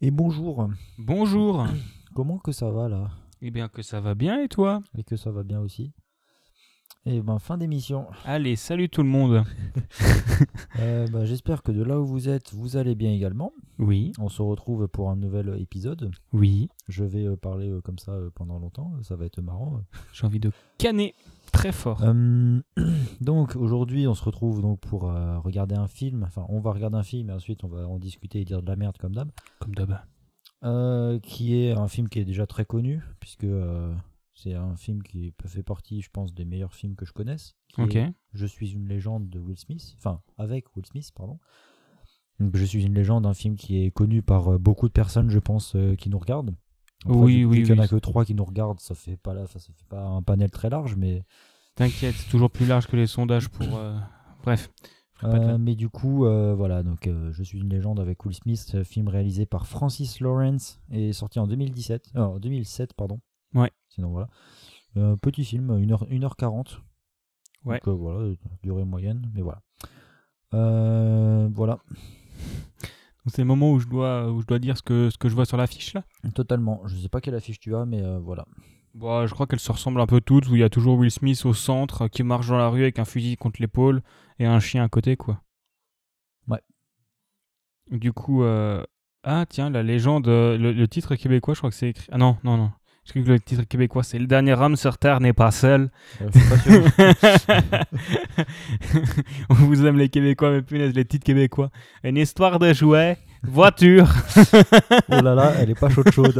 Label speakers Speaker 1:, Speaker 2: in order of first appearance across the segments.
Speaker 1: Et bonjour.
Speaker 2: Bonjour.
Speaker 1: Comment que ça va là
Speaker 2: Eh bien que ça va bien et toi
Speaker 1: Et que ça va bien aussi. Et ben fin d'émission.
Speaker 2: Allez, salut tout le monde.
Speaker 1: Euh, ben, J'espère que de là où vous êtes, vous allez bien également.
Speaker 2: Oui,
Speaker 1: On se retrouve pour un nouvel épisode.
Speaker 2: oui,
Speaker 1: Je vais euh, parler euh, comme ça euh, pendant longtemps. Ça va être marrant.
Speaker 2: j'ai envie de canner très fort.
Speaker 1: Euh, donc aujourd'hui, on se retrouve donc pour euh, regarder un film. Enfin, on va regarder un film et ensuite on va en discuter et dire de la merde comme d'hab.
Speaker 2: Comme d'hab.
Speaker 1: Euh, qui est un film qui est déjà très connu puisque euh, c'est un film qui peut- fait partie, je pense, des meilleurs films que je connaisse. qui
Speaker 2: Ok.
Speaker 1: est Je suis une légende de Will Smith, enfin avec Will Smith, pardon. Donc, je suis une légende, un film qui est connu par euh, beaucoup de personnes, je pense, euh, qui nous regardent. Après,
Speaker 2: Oui,
Speaker 1: vu-
Speaker 2: oui,
Speaker 1: vu qu'il n'y en a
Speaker 2: oui.
Speaker 1: que trois qui nous regardent, ça fait pas là, ça fait pas un panel très large, mais
Speaker 2: T'inquiète, c'est toujours plus large que les sondages pour... euh, Bref. je ferai pas de
Speaker 1: Euh,
Speaker 2: vanne.
Speaker 1: mais du coup, euh, voilà, donc euh, je suis une légende avec Will Smith, euh, film réalisé par Francis Lawrence et sorti en 2017, euh, en 2007, pardon.
Speaker 2: Ouais.
Speaker 1: Sinon, voilà. Euh, petit film, 1h, 1h40.
Speaker 2: Ouais.
Speaker 1: Donc euh, voilà, euh, durée moyenne, mais voilà. Euh, voilà,
Speaker 2: Donc, C'est le moment où je dois, où je dois dire ce que, ce que je vois sur l'affiche là
Speaker 1: totalement. Je sais pas quelle affiche tu as, mais euh, voilà.
Speaker 2: Bon, Bah, je crois qu'elles se ressemblent un peu toutes, où il y a toujours Will Smith au centre, euh, qui marche dans la rue avec un fusil contre l'épaule et un chien à côté, quoi.
Speaker 1: Ouais.
Speaker 2: Du coup, euh, ah tiens, la légende, euh, le, le titre québécois, je crois que c'est écrit. Ah non, non, non. Je crois que le titre québécois, c'est Le dernier homme sur Terre n'est pas seul.
Speaker 1: Euh, je suis pas sûr.
Speaker 2: On vous aime les Québécois, mais punaise, les titres québécois. Une histoire de jouets, voiture.
Speaker 1: oh là là, elle est pas chaude chaude.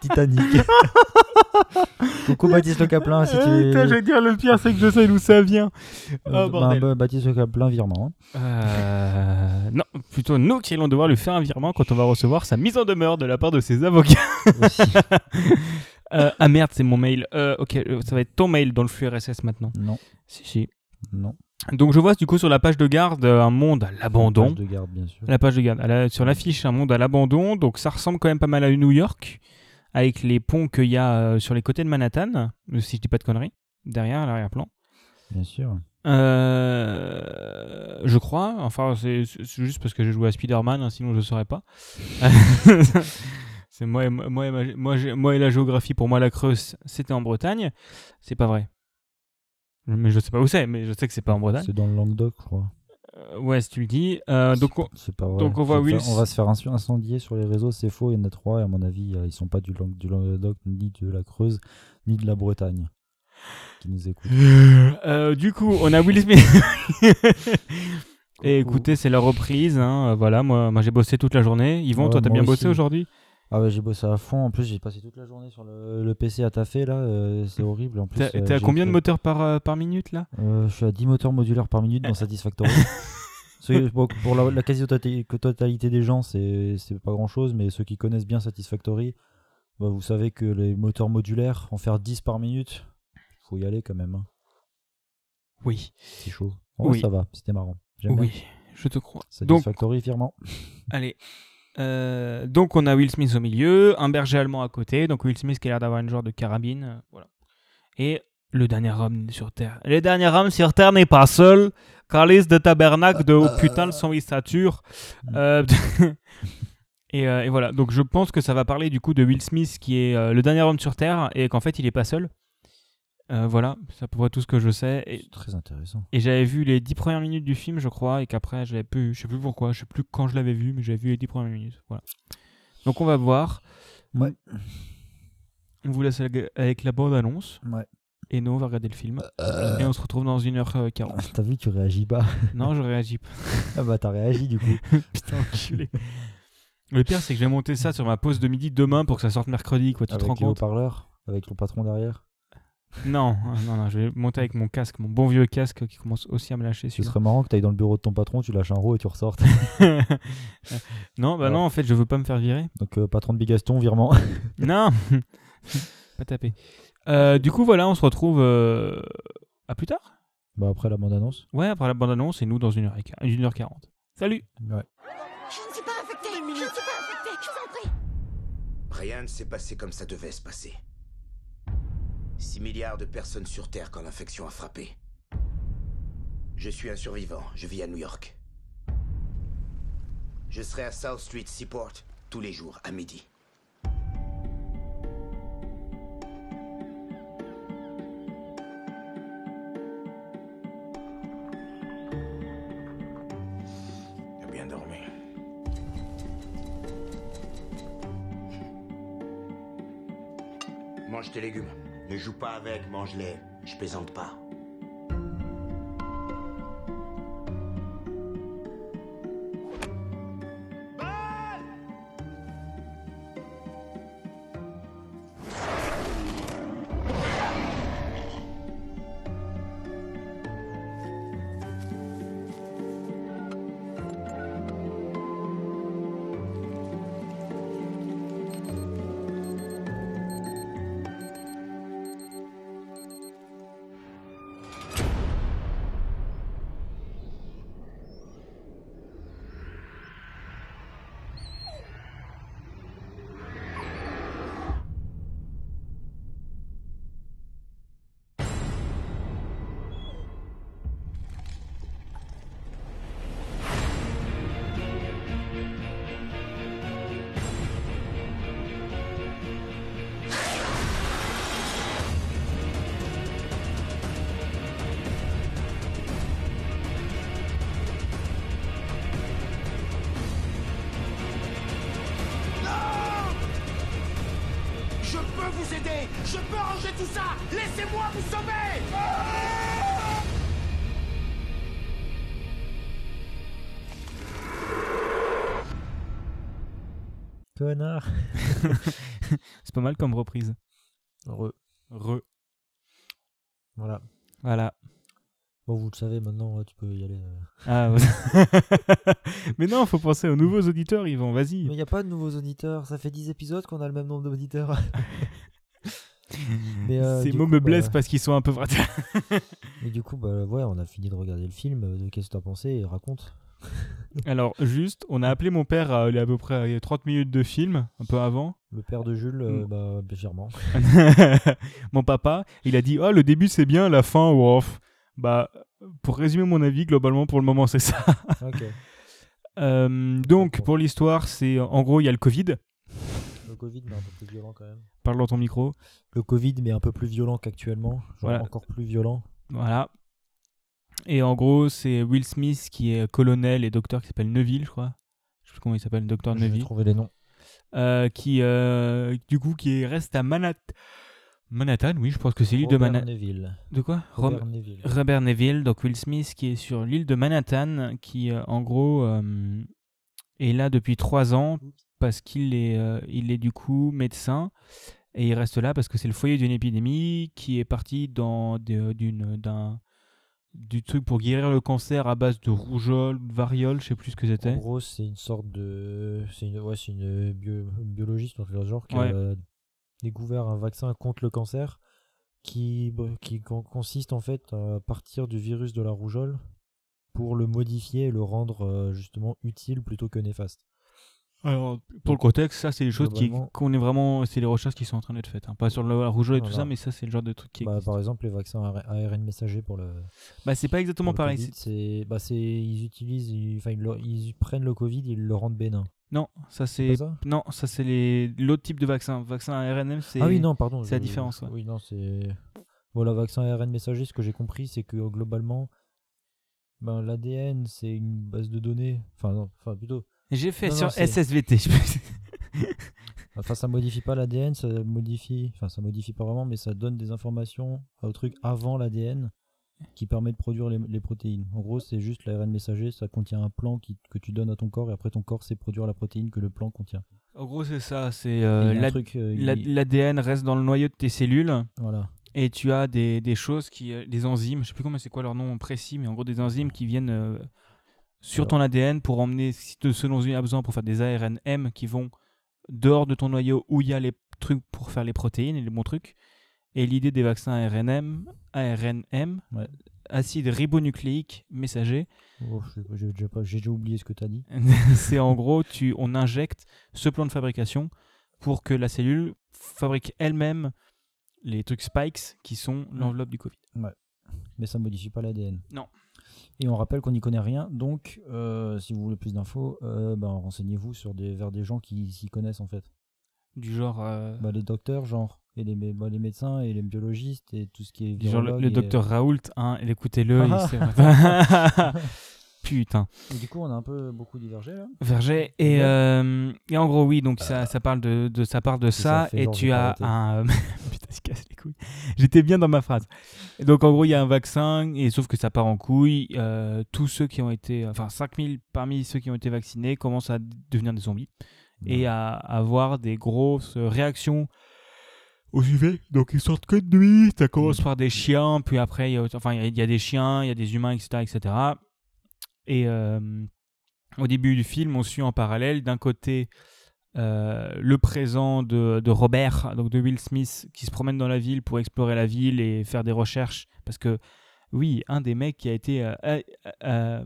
Speaker 1: Titanic. Coucou Baptiste Le Caplin, si tu
Speaker 2: Euh, putain, je vais dire, le pire, c'est que je sais d'où ça vient.
Speaker 1: Euh,
Speaker 2: Oh,
Speaker 1: bah,
Speaker 2: bordel.
Speaker 1: bah, Baptiste Le Caplin, virement. hein.
Speaker 2: Euh, non, plutôt nous qui allons devoir lui faire un virement quand on va recevoir sa mise en demeure de la part de ses avocats.
Speaker 1: Aussi.
Speaker 2: Euh, ah merde, c'est mon mail. Euh, ok, euh, ça va être ton mail dans le flux RSS maintenant.
Speaker 1: non,
Speaker 2: Si, si.
Speaker 1: non.
Speaker 2: Donc je vois du coup sur la page de garde euh, un monde à l'abandon.
Speaker 1: Page de garde, bien sûr.
Speaker 2: La page de garde. à la- sur l'affiche, un monde à l'abandon. Donc ça ressemble quand même pas mal à New York, avec les ponts qu'il y a euh, sur les côtés de Manhattan, euh, si je dis pas de conneries, derrière, à l'arrière-plan.
Speaker 1: Bien sûr.
Speaker 2: Euh, je crois. Enfin, c'est c'est juste parce que j'ai joué à Spider-Man, hein, sinon je ne saurais pas. c'est moi, et- moi, et ma- moi, j'ai- moi et la géographie, pour moi, la Creuse, c'était en Bretagne. C'est pas vrai. Mais je sais pas où c'est, mais je sais que c'est pas en Bretagne.
Speaker 1: C'est dans le Languedoc, je crois.
Speaker 2: Euh, ouais, si tu le dis. Euh, donc, on-
Speaker 1: C'est pas vrai.
Speaker 2: donc on voit
Speaker 1: C'est
Speaker 2: Will-
Speaker 1: pas- On va se faire insu- incendier sur les réseaux, c'est faux. Il y en a trois, et à mon avis, euh, ils sont pas du, Lang- du Languedoc, ni de la Creuse, ni de la Bretagne qui nous écoutent.
Speaker 2: Euh, du coup, on a Will Smith. Et
Speaker 1: Coucou.
Speaker 2: écoutez, c'est la reprise. hein. Voilà, moi, moi j'ai bossé toute la journée. Yvon,
Speaker 1: Ouais,
Speaker 2: toi, t'as
Speaker 1: moi
Speaker 2: bien
Speaker 1: aussi.
Speaker 2: bossé aujourd'hui
Speaker 1: Ah ouais, j'ai bossé à fond. En plus, j'ai passé toute la journée sur le, le PC à taffer, là. euh, c'est horrible. En plus,
Speaker 2: T'as-
Speaker 1: euh,
Speaker 2: T'es à
Speaker 1: j'ai
Speaker 2: combien de
Speaker 1: fait-
Speaker 2: moteurs par, euh, par minute là
Speaker 1: Euh, Je suis à 10 moteurs modulaires par minute dans Satisfactory. Ceux- pour pour la, la quasi-totalité des gens, c'est c'est pas grand-chose, mais ceux qui connaissent bien Satisfactory, bah, vous savez que les moteurs modulaires, en faire 10 par minute, faut y aller quand même. hein.
Speaker 2: Oui.
Speaker 1: C'est chaud. Oh,
Speaker 2: Oui.
Speaker 1: Ça va, c'était marrant. J'aime bien.
Speaker 2: Oui, je te crois. Donc-
Speaker 1: Satisfactory, firmement.
Speaker 2: Allez. Euh, donc on a Will Smith au milieu, un berger allemand à côté, donc Will Smith qui a l'air d'avoir une genre de carabine, euh, voilà. Et le dernier homme sur Terre. Le dernier homme sur Terre n'est pas seul. Calice de tabernacle de oh, putain le sang il sature. Euh, et, euh, et voilà, donc je pense que ça va parler du coup de Will Smith qui est euh, le dernier homme sur Terre et qu'en fait il est pas seul. Euh, voilà, c'est à peu près tout ce que je sais. Et
Speaker 1: C'est très intéressant.
Speaker 2: et j'avais vu les 10 premières minutes du film, je crois, et qu'après, j'avais plus, je sais plus pourquoi, je sais plus quand je l'avais vu, mais j'avais vu les 10 premières minutes. Voilà. Donc on va voir.
Speaker 1: Ouais.
Speaker 2: On vous laisse avec- avec la bande-annonce,
Speaker 1: Ouais.
Speaker 2: et nous, on va regarder le film.
Speaker 1: Euh.
Speaker 2: Et on se retrouve dans 1h40.
Speaker 1: T'as vu, tu réagis pas.
Speaker 2: non, je réagis pas.
Speaker 1: ah bah, t'as réagi du coup.
Speaker 2: Putain, enculé. Le pire, c'est que j'ai monté ça sur ma pause de midi demain pour que ça sorte mercredi, quoi, tu te rends
Speaker 1: avec les
Speaker 2: compte
Speaker 1: haut-parleurs, avec le patron derrière.
Speaker 2: Non, euh, non, non, je vais monter avec mon casque, mon bon vieux casque qui commence aussi à me lâcher
Speaker 1: Ce
Speaker 2: celui-là.
Speaker 1: serait marrant que t'ailles dans le bureau de ton patron, tu lâches un roux et tu ressortes.
Speaker 2: non, bah
Speaker 1: Ouais.
Speaker 2: non, en fait, je veux pas me faire virer.
Speaker 1: Donc, euh, patron de Bigaston, virement.
Speaker 2: Non Pas tapé. Euh, du coup, voilà, on se retrouve euh, à plus tard.
Speaker 1: bah, après la bande-annonce.
Speaker 2: Ouais, après la bande-annonce, et nous dans 1h40. Salut
Speaker 1: Ouais.
Speaker 3: Je ne suis pas infectée Je ne suis pas infectée Je vous en prie
Speaker 4: Rien ne s'est passé comme ça devait se passer. 6 milliards de personnes sur Terre quand l'infection a frappé. Je suis un survivant, je vis à New York. Je serai à South Street Seaport tous les jours à midi. T'as bien dormi. Mange tes légumes. Ne joue pas avec, mange-les. Je plaisante pas. Je peux vous aider Je peux ranger tout ça Laissez-moi vous sauver
Speaker 1: Connard.
Speaker 2: C'est pas mal comme reprise.
Speaker 1: Heureux.
Speaker 2: Re.
Speaker 1: Voilà.
Speaker 2: Voilà.
Speaker 1: Bon, vous le savez maintenant, tu peux y aller. euh.
Speaker 2: Ah, Mais non, faut penser aux nouveaux auditeurs, ils vont, vas-y.
Speaker 1: Mais il n'y a pas de nouveaux auditeurs. Ça fait 10 épisodes qu'on a le même nombre d'auditeurs. Mais, euh,
Speaker 2: Ces
Speaker 1: du
Speaker 2: mots
Speaker 1: coup,
Speaker 2: me
Speaker 1: bah,
Speaker 2: blessent parce qu'ils sont un peu fratés.
Speaker 1: Et du coup, bah ouais, on a fini de regarder le film. Euh, Qu'est-ce que t'as pensé Et Raconte.
Speaker 2: Alors, juste, on a appelé mon père euh, à, à peu près à 30 minutes de film, un peu avant.
Speaker 1: Le père de Jules, euh, bah, légèrement.
Speaker 2: mon papa, il a dit Oh, le début c'est bien, la fin, ouf. Bah, pour résumer mon avis, globalement, pour le moment, c'est ça.
Speaker 1: ok.
Speaker 2: Euh, donc, pour l'histoire, c'est en gros, il y a le Covid.
Speaker 1: Le Covid, mais un peu plus violent quand même.
Speaker 2: Parle dans ton micro.
Speaker 1: Le Covid, mais un peu plus violent qu'actuellement. Genre
Speaker 2: Voilà.
Speaker 1: encore plus violent.
Speaker 2: Voilà. Et en gros, c'est Will Smith qui est colonel et docteur qui s'appelle Neville, je crois. Je sais plus comment il s'appelle, docteur
Speaker 1: Je vais
Speaker 2: Neville.
Speaker 1: trouver les noms.
Speaker 2: Euh, qui, euh, du coup, qui reste à Manhattan. Manhattan, oui, je pense que c'est l'île de
Speaker 1: Robert
Speaker 2: Manhattan.
Speaker 1: Neville.
Speaker 2: De quoi Rom-
Speaker 1: Robert Neville.
Speaker 2: Robert Neville, donc Will Smith, qui est sur l'île de Manhattan, qui euh, en gros euh, est là depuis trois ans parce qu'il est, euh, il est du coup médecin et il reste là parce que c'est le foyer d'une épidémie qui est partie dans de- d'une d'un du truc pour guérir le cancer à base de rougeole, de variole, je sais plus ce que
Speaker 1: En
Speaker 2: c'était.
Speaker 1: gros, c'est une sorte de. C'est une, ouais, c'est une, euh, bio- une biologiste, ou un truc dans le genre, qui
Speaker 2: Ouais.
Speaker 1: a découvert un vaccin contre le cancer qui, bah, qui con- consiste en fait à partir du virus de la rougeole pour le modifier et le rendre euh, justement utile plutôt que néfaste.
Speaker 2: Alors pour le contexte, ça c'est des choses qui
Speaker 1: Globalement-
Speaker 2: qu'on est vraiment, c'est les recherches qui sont en train d'être faites, hein. pas sur le- la rougeole et tout
Speaker 1: Voilà.
Speaker 2: ça, mais ça c'est le genre de truc qui.
Speaker 1: Bah,
Speaker 2: existe.
Speaker 1: par exemple, les vaccins AR- ARN messagers pour le.
Speaker 2: Bah, c'est pas exactement
Speaker 1: pour le
Speaker 2: pareil.
Speaker 1: Covid,
Speaker 2: c'est-
Speaker 1: c'est, bah, c'est, ils utilisent, ils- enfin, ils, le- ils prennent le Covid, ils le rendent bénin.
Speaker 2: Non, ça
Speaker 1: C'est
Speaker 2: c'est
Speaker 1: pas ça
Speaker 2: Non, ça c'est les l'autre type de vaccin. Vaccin à RNM, c'est.
Speaker 1: Ah oui, non, pardon.
Speaker 2: c'est la
Speaker 1: je-
Speaker 2: différence, ouais.
Speaker 1: Oui, non, c'est. Voilà, vaccin ARN messager, ce que j'ai compris, c'est que euh, globalement, ben, l'ADN, c'est une base de données. Enfin, non, enfin plutôt.
Speaker 2: J'ai fait
Speaker 1: Non,
Speaker 2: sur
Speaker 1: non, c'est-
Speaker 2: SSVT. je pense.
Speaker 1: Enfin, ça modifie pas l'ADN, ça modifie. Enfin, ça modifie pas vraiment, mais ça donne des informations euh, au truc avant l'ADN qui permet de produire les, les protéines. En gros, c'est juste l'ARN messager, ça contient un plan qui, que tu donnes à ton corps et après ton corps sait produire la protéine que le plan contient.
Speaker 2: en gros, c'est ça. C'est
Speaker 1: Il y
Speaker 2: euh,
Speaker 1: a un
Speaker 2: la-
Speaker 1: truc, euh, il-
Speaker 2: la- l'ADN reste dans le noyau de tes cellules
Speaker 1: Voilà.
Speaker 2: et tu as des, des choses qui euh, des enzymes. Je sais plus comment c'est quoi leur nom précis, mais en gros des enzymes qui viennent euh, sur ton ADN pour emmener si te- ce dont tu as besoin pour faire des ARNM qui vont dehors de ton noyau où il y a les trucs pour faire les protéines et les bons trucs. Et l'idée des vaccins ARNM, ARNM,
Speaker 1: Ouais.
Speaker 2: acide ribonucléique messager,
Speaker 1: Oh, je- j'ai déjà, pas- j'ai déjà oublié ce que t'as dit.
Speaker 2: c'est en gros, tu, on injecte ce plan de fabrication pour que la cellule fabrique elle-même Mm. les trucs spikes qui sont l'enveloppe du Covid.
Speaker 1: mais ça modifie pas l'ADN.
Speaker 2: Non.
Speaker 1: Et on rappelle qu'on n'y connaît rien, donc euh, si vous voulez plus d'infos, euh, ben, renseignez-vous sur des, vers des gens qui s'y connaissent en fait.
Speaker 2: Du genre. euh,
Speaker 1: Bah, les docteurs, genre, et les, mé- bah, les médecins et les biologistes et tout ce qui est.
Speaker 2: du genre le,
Speaker 1: virologue
Speaker 2: le
Speaker 1: et-
Speaker 2: docteur Raoult, hein, écoutez-le. il
Speaker 1: Ah.
Speaker 2: sait- Putain.
Speaker 1: Et du coup, on a un peu beaucoup divergé là.
Speaker 2: Verger. Et, euh, et en gros, oui, donc ça, ça parle de, de- ça parle de
Speaker 1: C'est ça,
Speaker 2: ça.
Speaker 1: fait
Speaker 2: et
Speaker 1: genre,
Speaker 2: tu
Speaker 1: j'ai
Speaker 2: as
Speaker 1: pas
Speaker 2: un. Putain, il se casse les couilles. J'étais bien dans ma phrase. Et donc, en gros, il y a un vaccin, et sauf que ça part en couille. euh, tous ceux qui ont été. Enfin, 5000 parmi ceux qui ont été vaccinés commencent à devenir des zombies et à avoir des grosses réactions aux UV. Donc ils sortent que de nuit. Ça commence par des chiens, puis après, il y a, autre- enfin, il y a- il y a des chiens, il y a des humains, etc. etc. Et euh, au début du film, on suit en parallèle d'un côté euh, le présent de, de Robert, donc de Will Smith, qui se promène dans la ville pour explorer la ville et faire des recherches. Parce que, oui, un des mecs qui a été. euh, euh, euh,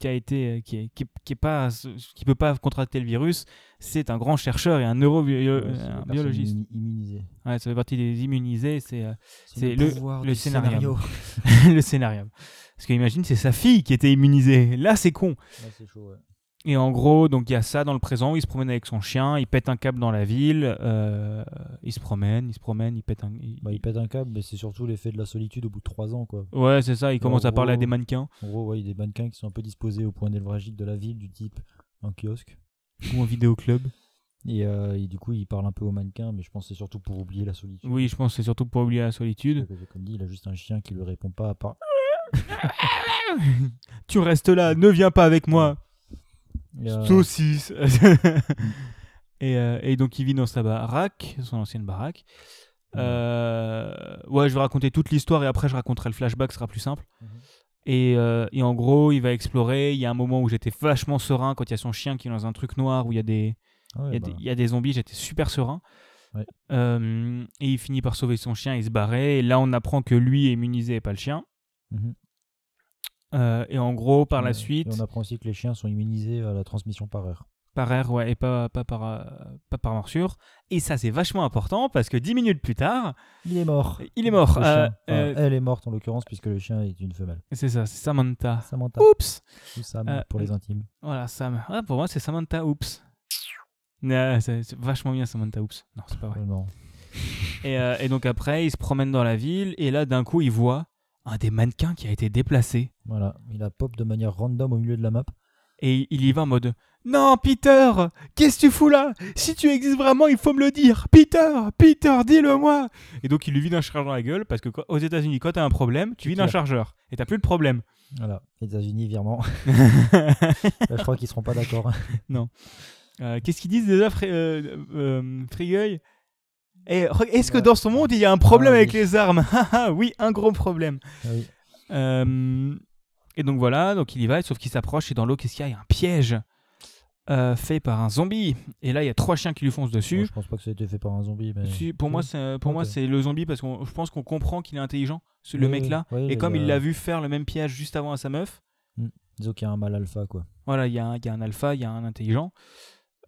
Speaker 2: qui a été. euh, qui, est- qui, est- qui est pas, qui peut pas contracter le virus, c'est un grand chercheur et un euh, neurobiologiste.
Speaker 1: Immunisé.
Speaker 2: Ouais, ça fait partie des immunisés, c'est euh, C'est le-
Speaker 1: pouvoir
Speaker 2: le
Speaker 1: du
Speaker 2: scénario. le scénario. Parce que imagine, c'est sa fille qui était immunisée. Là, c'est con.
Speaker 1: Là, c'est chaud, ouais.
Speaker 2: Et en gros, donc il y a ça dans le présent où il se promène avec son chien, il pète un câble dans la ville, euh, il se promène, il se promène, il pète un. il-
Speaker 1: Bah, il pète un câble, mais c'est surtout l'effet de la solitude au bout de 3 ans, quoi.
Speaker 2: Ouais, c'est ça, il commence
Speaker 1: en
Speaker 2: à parler à
Speaker 1: gros-
Speaker 2: des mannequins
Speaker 1: En gros, ouais, il y a des mannequins qui sont un peu disposés au point névralgique de la ville, du type un kiosque.
Speaker 2: ou en vidéoclub.
Speaker 1: Et, euh, et du coup, il parle un peu aux mannequins, mais je pense que c'est surtout pour oublier la solitude.
Speaker 2: Oui, je pense que c'est surtout pour oublier la solitude.
Speaker 1: Parce que, Comme dit, il a juste un chien qui lui répond pas à part.
Speaker 2: Tu restes là, ne viens pas avec moi,
Speaker 1: Et, euh,
Speaker 2: saucisse. et, euh, et donc il vit dans sa baraque, son ancienne baraque.
Speaker 1: Mmh.
Speaker 2: Euh, ouais, je vais raconter toute l'histoire et après je raconterai le flashback, ce sera plus simple.
Speaker 1: Mhm.
Speaker 2: Et, euh, et en gros, il va explorer. Il y a un moment où j'étais vachement serein quand il y a son chien qui est dans un truc noir où il y a des,
Speaker 1: ouais,
Speaker 2: il y a
Speaker 1: bah,
Speaker 2: des, il y a des zombies. J'étais super serein.
Speaker 1: Ouais.
Speaker 2: Euh, et il finit par sauver son chien et se barrer. Et là, on apprend que lui est immunisé et pas le chien.
Speaker 1: mhm.
Speaker 2: Euh, et en gros, par la
Speaker 1: Et-
Speaker 2: suite,
Speaker 1: et on apprend aussi que les chiens sont immunisés à la transmission par air.
Speaker 2: par air ouais, et pas, pas, par, euh, pas par morsure. Et ça, c'est vachement important parce que 10 minutes plus tard,
Speaker 1: Il est mort.
Speaker 2: Il est mort,
Speaker 1: Le
Speaker 2: euh,
Speaker 1: chien.
Speaker 2: euh,
Speaker 1: Enfin, Elle est morte en l'occurrence, puisque le chien est une femelle.
Speaker 2: c'est ça, c'est Samantha.
Speaker 1: Samantha,
Speaker 2: Oups!
Speaker 1: ou Sam
Speaker 2: euh,
Speaker 1: pour les intimes.
Speaker 2: Voilà, Sam. Ah, pour moi, c'est Samantha Oops. Non, c'est c'est vachement bien Samantha Oops. Non, c'est pas vrai.
Speaker 1: Vraiment.
Speaker 2: Et, euh, et donc après, il se promène dans la ville et là, d'un coup, il voit un des mannequins qui a été déplacé.
Speaker 1: Voilà, il a pop de manière random au milieu de la map.
Speaker 2: Et il y va en mode Non, Peter Qu'est-ce que tu fous là Si tu existes vraiment, il faut me le dire Peter Peter, dis-le-moi Et donc, il lui vide un chargeur dans la gueule parce que quand- aux États-Unis, quand t'as un problème, tu vides un
Speaker 1: clair.
Speaker 2: chargeur et t'as plus de problème.
Speaker 1: Voilà, États-Unis, virement. Là, je crois qu'ils seront pas d'accord.
Speaker 2: Euh, Qu'est-ce qu'ils disent déjà, Fré- euh, euh, Frigueuil Eh, re- Est-ce que
Speaker 1: Ouais.
Speaker 2: dans son monde, il y a un problème
Speaker 1: Ah,
Speaker 2: avec
Speaker 1: oui.
Speaker 2: les armes Ah, ah, Oui, un gros problème.
Speaker 1: Ah oui.
Speaker 2: Euh, et donc voilà, donc il y va, sauf qu'il s'approche et dans l'eau, qu'est-ce qu'il y a Il y a un piège euh, fait par un zombie. Et là, il y a trois chiens qui lui foncent
Speaker 1: Bon,
Speaker 2: dessus.
Speaker 1: je pense pas que ça a été fait par un zombie. Mais...
Speaker 2: Si, pour moi,
Speaker 1: Oui.
Speaker 2: c'est pour moi,
Speaker 1: Ok.
Speaker 2: c'est le zombie parce que je pense qu'on comprend qu'il est intelligent, ce- le
Speaker 1: Oui,
Speaker 2: mec là.
Speaker 1: oui, oui,
Speaker 2: et comme il
Speaker 1: a-
Speaker 2: l'a vu faire le même piège juste avant à sa meuf,
Speaker 1: Disons qu'il y a un mal alpha, quoi.
Speaker 2: Voilà, il y, a un- il y a un alpha, il y a un intelligent.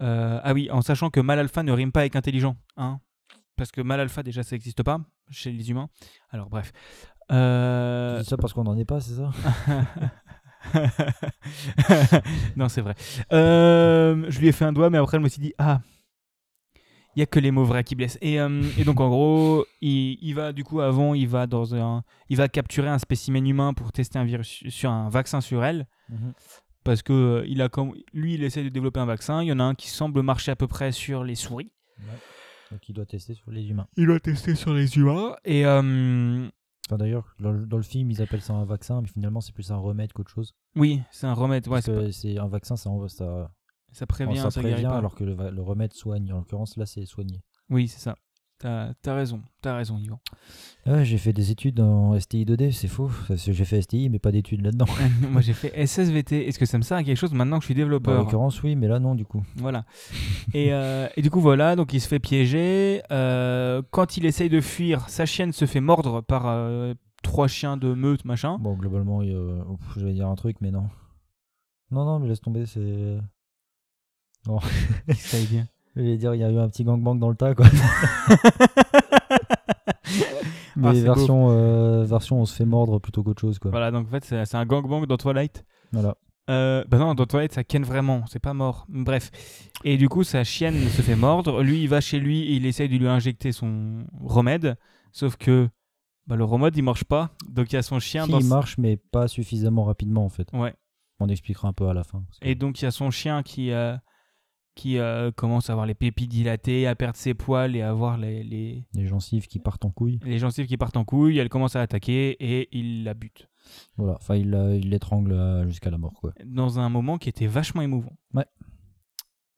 Speaker 2: Euh, ah oui, en sachant que mal alpha ne rime pas avec intelligent. Hein parce que mal alpha, déjà, ça n'existe pas chez les humains. Alors, bref.
Speaker 1: Tu
Speaker 2: Euh,
Speaker 1: dis ça parce qu'on n'en est pas, c'est ça
Speaker 2: non, c'est vrai. Euh, je lui ai fait un doigt, mais après, je me suis dit, ah, il n'y a que les mots vrais qui blessent. Et, euh, et donc, en gros, il, il va, du coup, avant, il va, dans un, il va capturer un spécimen humain pour tester un, virus, sur un vaccin sur elle
Speaker 1: Mhm.
Speaker 2: parce que euh, il a comme lui il essaie de développer un vaccin, il y en a un qui semble marcher à peu près sur les souris.
Speaker 1: Donc il doit tester sur les humains.
Speaker 2: Il a testé sur les humains et euh,
Speaker 1: Enfin, D'ailleurs, dans, le- dans le film, ils appellent ça un vaccin, mais finalement, c'est plus un remède qu'autre chose.
Speaker 2: oui, c'est un remède, ouais,
Speaker 1: Parce
Speaker 2: c'est
Speaker 1: que c'est un vaccin, ça, en- ça,
Speaker 2: pas- ça prévient,
Speaker 1: ça
Speaker 2: ça, guérit
Speaker 1: prévient,
Speaker 2: pas.
Speaker 1: alors que le, va- le remède soigne. En l'occurrence, là, c'est soigner.
Speaker 2: Oui, c'est ça. T'as as raison, t'as raison, Yvan.
Speaker 1: Ah, j'ai fait des études en STI 2D, c'est faux. Parce que J'ai fait STI, mais pas d'études là-dedans.
Speaker 2: Moi j'ai fait SSVT. Est-ce que ça me sert à quelque chose maintenant que je suis
Speaker 1: En
Speaker 2: développeur
Speaker 1: l'occurrence, Bah, oui, mais là, non, du coup.
Speaker 2: Voilà. et, euh, et du coup, voilà, donc il se fait piéger. Euh, quand il essaye de fuir, sa chienne se fait mordre par euh, trois chiens de meute, machin.
Speaker 1: Bon, globalement, il y a- Ouf, je vais dire un truc, mais non. Non, non, mais laisse tomber, c'est.
Speaker 2: Ça y bien.
Speaker 1: Je vais dire, il y a eu un petit gangbang dans le tas, quoi. Mais
Speaker 2: Ah, c'est
Speaker 1: version, euh, version, on se fait mordre plutôt qu'autre chose, quoi.
Speaker 2: Voilà, donc en fait, c'est c'est un gangbang dans Twilight.
Speaker 1: Voilà.
Speaker 2: Euh, bah non, dans Twilight, ça ken vraiment, c'est pas mort. Bref. Et du coup, sa chienne se fait mordre. Lui, il va chez lui et il essaye de lui injecter son remède. Sauf que bah, le remède, il marche pas. Donc il y a son chien
Speaker 1: Qui
Speaker 2: dans.
Speaker 1: marche, mais pas suffisamment rapidement, en fait.
Speaker 2: Ouais.
Speaker 1: On expliquera un peu à la fin. parce que-
Speaker 2: Et donc il y a son chien qui, euh, qui euh, commence à avoir les pépis dilatés, à perdre ses poils et à avoir les, les,
Speaker 1: Les gencives qui partent en couille.
Speaker 2: les gencives qui partent en couille. Elle commence à attaquer et il la bute.
Speaker 1: Voilà. Enfin, il la- il l'étrangle euh, jusqu'à la mort, quoi.
Speaker 2: Dans un moment qui était vachement émouvant.
Speaker 1: Ouais.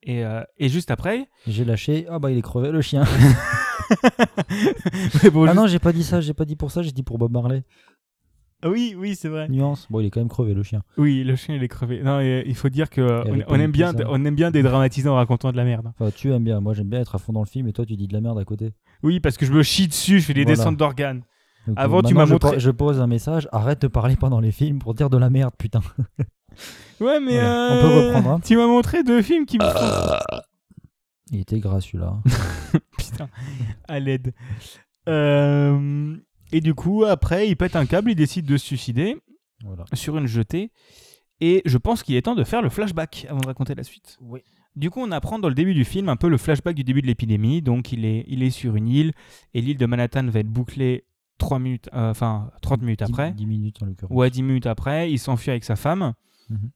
Speaker 2: Et, euh, et juste après.
Speaker 1: J'ai lâché. Ah bah, il est crevé, le chien.
Speaker 2: Mais bon,
Speaker 1: ah non, j'ai pas dit ça, j'ai pas dit pour ça, j'ai dit pour Bob Marley.
Speaker 2: juste- Oui, oui, c'est vrai.
Speaker 1: Nuance. Bon, il est quand même crevé, le chien.
Speaker 2: Oui, le chien il est crevé. Non, et, euh, il faut dire que euh,
Speaker 1: Il y
Speaker 2: on,
Speaker 1: avait
Speaker 2: on
Speaker 1: pas
Speaker 2: aime
Speaker 1: eu
Speaker 2: bien,
Speaker 1: tout ça.
Speaker 2: on aime bien dédramatiser en racontant de la merde. hein.
Speaker 1: Enfin, tu aimes bien. Moi, j'aime bien être à fond dans le film, et toi, tu dis de la merde à côté.
Speaker 2: Oui, parce que je me chie dessus, je fais des
Speaker 1: Voilà.
Speaker 2: descentes d'organes.
Speaker 1: Donc,
Speaker 2: Avant,
Speaker 1: euh,
Speaker 2: tu
Speaker 1: maintenant,
Speaker 2: m'as
Speaker 1: je
Speaker 2: montré-
Speaker 1: po- Je pose un message. Arrête de parler pendant les films pour dire de la merde, putain.
Speaker 2: Ouais, mais
Speaker 1: Voilà. On
Speaker 2: euh,
Speaker 1: peut reprendre, hein. Euh,
Speaker 2: Tu m'as montré deux films qui me font
Speaker 1: Il était gras celui-là.
Speaker 2: Putain, à l'aide. Euh, et du coup, après, il pète un câble, il décide de se suicider
Speaker 1: voilà.
Speaker 2: sur une jetée. Et je pense qu'il est temps de faire le flashback avant de raconter la suite.
Speaker 1: Oui.
Speaker 2: Du coup, on apprend dans le début du film un peu le flashback du début de l'épidémie. Donc, il est, il est sur une île et l'île de Manhattan va être bouclée 3 minutes, euh, enfin 30 minutes après.
Speaker 1: 10 minutes en l'occurrence.
Speaker 2: Ouais, 10 minutes après, il s'enfuit avec sa femme.
Speaker 1: Mhm.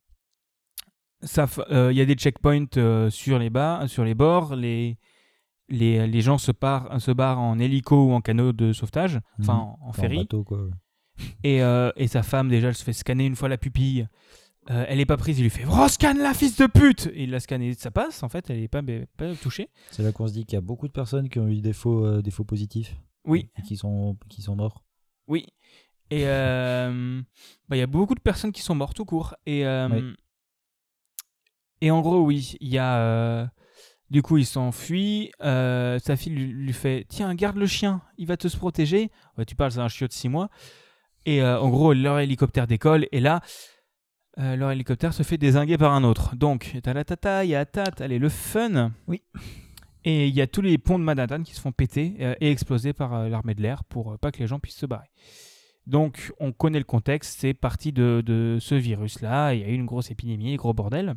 Speaker 2: Sa f- euh, Il y a des checkpoints euh, sur, les bas, sur les bords. Les, les, les gens se, parent- se barrent en hélico ou en canot de sauvetage, enfin
Speaker 1: Mhm.
Speaker 2: en, en
Speaker 1: Enfin,
Speaker 2: ferry.
Speaker 1: bateau, quoi.
Speaker 2: Et, euh, et sa femme, déjà, elle se fait scanner une fois la pupille. Euh, elle est pas prise, il lui fait Oh, scanne la fils de pute Et il la scanne et ça passe, en fait, elle est pas, pas touchée.
Speaker 1: C'est là qu'on se dit qu'il y a beaucoup de personnes qui ont eu des faux, euh, des faux positifs.
Speaker 2: Oui.
Speaker 1: Et qui sont, qui sont morts.
Speaker 2: Oui. Et euh, bah, il y a beaucoup de personnes qui sont mortes tout court. Et, euh,
Speaker 1: Oui.
Speaker 2: et en gros, oui, il y a. euh, du coup, il s'enfuit. euh, sa fille lui, lui fait Tiens, garde le chien, il va te se protéger. Ouais, tu parles, c'est un chiot de 6 mois. Et euh, en gros, leur hélicoptère décolle. Et là, euh, leur hélicoptère se fait désinguer par un autre. Donc, ta il y a tat, allez, le fun.
Speaker 1: Oui.
Speaker 2: Et il y a tous les ponts de Manhattan qui se font péter euh, et exploser par euh, l'armée de l'air pour euh, pas que les gens puissent se barrer. Donc, on connaît le contexte, c'est parti de, de ce virus-là, il y a eu une grosse épidémie, gros bordel.